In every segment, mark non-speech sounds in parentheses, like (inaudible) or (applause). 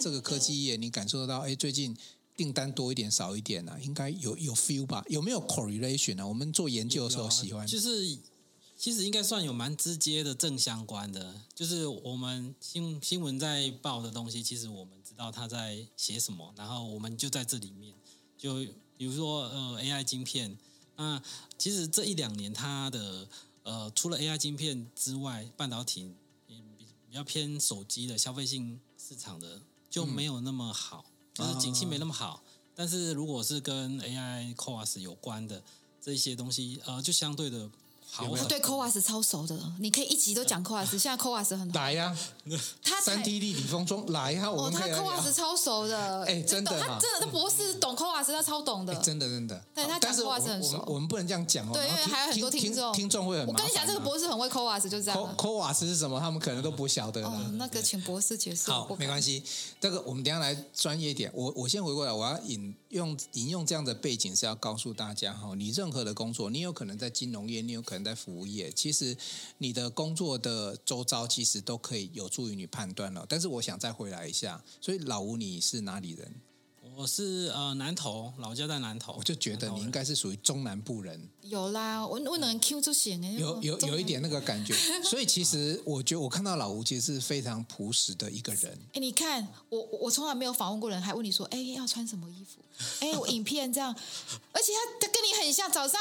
这个科技业，你感受得到，哎，最近订单多一点少一点啊，应该有有 feel 吧？有没有 correlation 啊？我们做研究的时有候啊喜欢就是其实应该算有蛮直接的正相关的，就是我们新新闻在报的东西，其实我们知道他在写什么，然后我们就在这里面，就比如说呃 AI 晶片，那其实这一两年它的呃除了 AI 晶片之外，半导体嗯比比较偏手机的消费性市场的就嗯没有那么好，就是景气没那么啊好。但是如果是跟 AI COAS 有关的这一些东西，呃，就相对的好有没有很哦对 c o a s 超熟的，你可以一集都讲 c o a s 现在 c o a s 很好，来呀、他啊，才三 D 立体风中来呀、啊，我哦，们他可以 c 来 o a 聊 s 超熟的，哎真的懂他啊真的，他博士懂 c o a s 他超懂的哎。真的真的，对他讲但是话我是很我熟们我们不能这样讲哦，对，因然为后还有很多听众，听众会很我跟你讲，这个博博士很会 c o a s 就这样科啊。科瓦斯是什么，他们可能都不晓得啦。哦，那个请博士解释。我好不，没关系，这个我们等一下来专业一点。我我先回过来，我要引用引用这样的背景是要告诉大家哈，你任何的工作，你有可能在金融业，你有可能在服务业，其实你的工作的周遭其实都可以有助于你判断了。但是我想再回来一下，所以老吴你是哪里人？我是呃南投，老家在南投，我就觉得你应该是属于中南部人，有啦，我我能 Q 就行哎。有有中文有一点那个感 (laughs) 觉。所以其实我觉得我看到老吴其实是非常朴实的一个人。哎、你看我我我从来没有访问过人，还问你说，哎、要穿什么衣服？哎、我影片这样，而且他他跟你很像，早上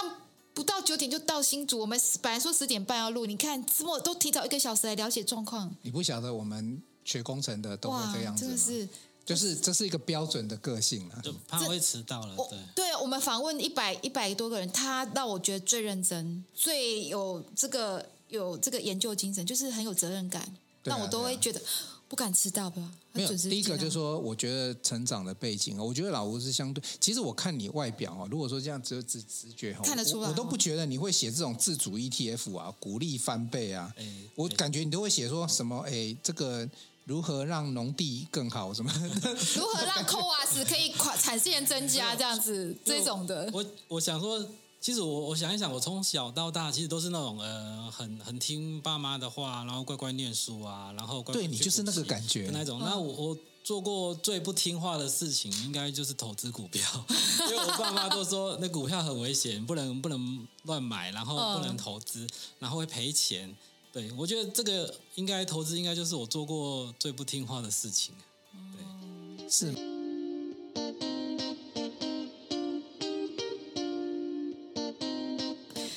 不到九点就到新竹，我们本来说十点半要录，你看这么都提早一个小时来了解状况，你不晓得我们学工程的都哇会这样，子真吗的？是就是这是一个标准的个性啊。就怕会迟到了，我对。对我们访问一百一百多个人，他让我觉得最认真，最有这个有这个研究精神，就是很有责任感，对啊那我都对啊会觉得不敢迟到吧，没有，很准时第一抵个达就是说，我觉得成长的背景，啊我觉得老吴是相对。其实我看你外表哦，如果说这样只有直直觉哦，看得出来我，我都哦不觉得你会写这种自主 ETF 啊，鼓励翻倍啊。哎我对感觉你都会写说什么，哎，这个如何让农地更好 (laughs) 什么？如 (laughs) 何让 COAS 可以款产线增加这样子这种的，我我想说，其实我我想一想，我从小到大其实都是那种呃，很很听爸妈的话，然后乖乖念书啊，然后乖乖对你去就是补那个习感觉嗯的那种。那我我做过最不听话的事情，应该就是投资股票， (laughs) 因为我爸妈都说那股票很危险，不能不能乱买，然后嗯不能投资，然后会赔钱。对，我觉得这个应该投资应该就是我做过最不听话的事情。是。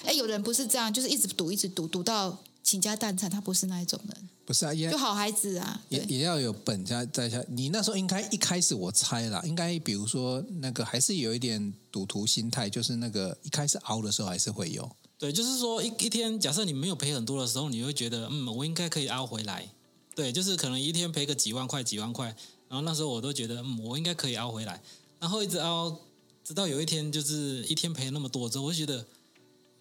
哎、有人不是这样，就是一直赌，一直赌，赌到倾家荡产，他不是那一种人，不是啊，也就好孩子啊，也对，也要有本家在下。你那时候应该一开始我猜啦，应该比如说那个还是有一点赌徒心态，就是那个一开始熬的时候还是会有。对，就是说一一天，假设你没有赔很多的时候，你会觉得，嗯，我应该可以凹回来。对，就是可能一天赔个几万块、几万块，然后那时候我都觉得，嗯，我应该可以凹回来。然后一直凹，直到有一天，就是一天赔那么多之后，我就觉得，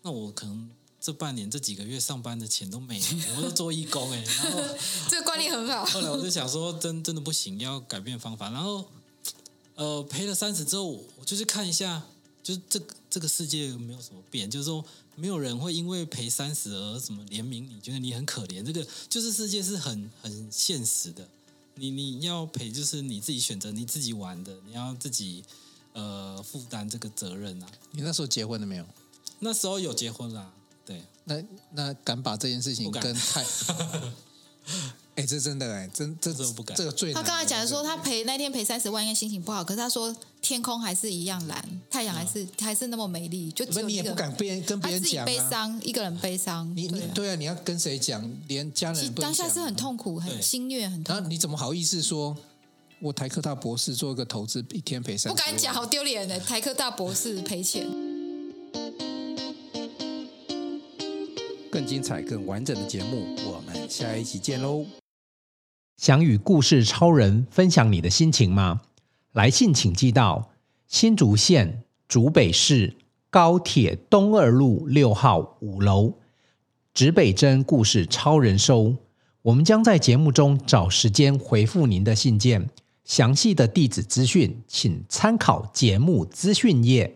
那我可能这半年、这几个月上班的钱都没了，我都做义工哎、然后这个观念很好。后来我就想说，真真的不行，要改变方法。然后，呃，赔了三十之后，我就去看一下，就是这个这个世界没有什么变，就是说没有人会因为赔三十而什么怜悯你，觉得你很可怜。这个就是世界是很很现实的，你你要赔就是你自己选择，你自己玩的，你要自己呃负担这个责任啊。你那时候结婚了没有？那时候有结婚啦、对，那那敢把这件事情不敢跟 (laughs) 太，哎、这真的哎、真这这我不敢这个最他难的刚才讲的说，他赔那天赔三十万，应该心情不好。可是他说，天空还是一样蓝，太阳还是、还是那么美丽，就啊不只是有你一也个不敢别人跟他别人自己讲、啊，悲伤，一个人悲伤。你你对啊对啊，你要跟谁讲？连家人其也实不能当下讲是很啊，痛苦，很对心虐，很痛然后你怎么好意思说？我台科大博士做一个投资，一天赔三，不敢讲，好丢脸的。台科大博士赔钱。更精彩、更完整的节目，我们下一集见喽。想与故事超人分享你的心情吗？来信请寄到新竹县竹北市高铁东二路六号五楼，指北针故事超人收。我们将在节目中找时间回复您的信件，详细的地址资讯请参考节目资讯页。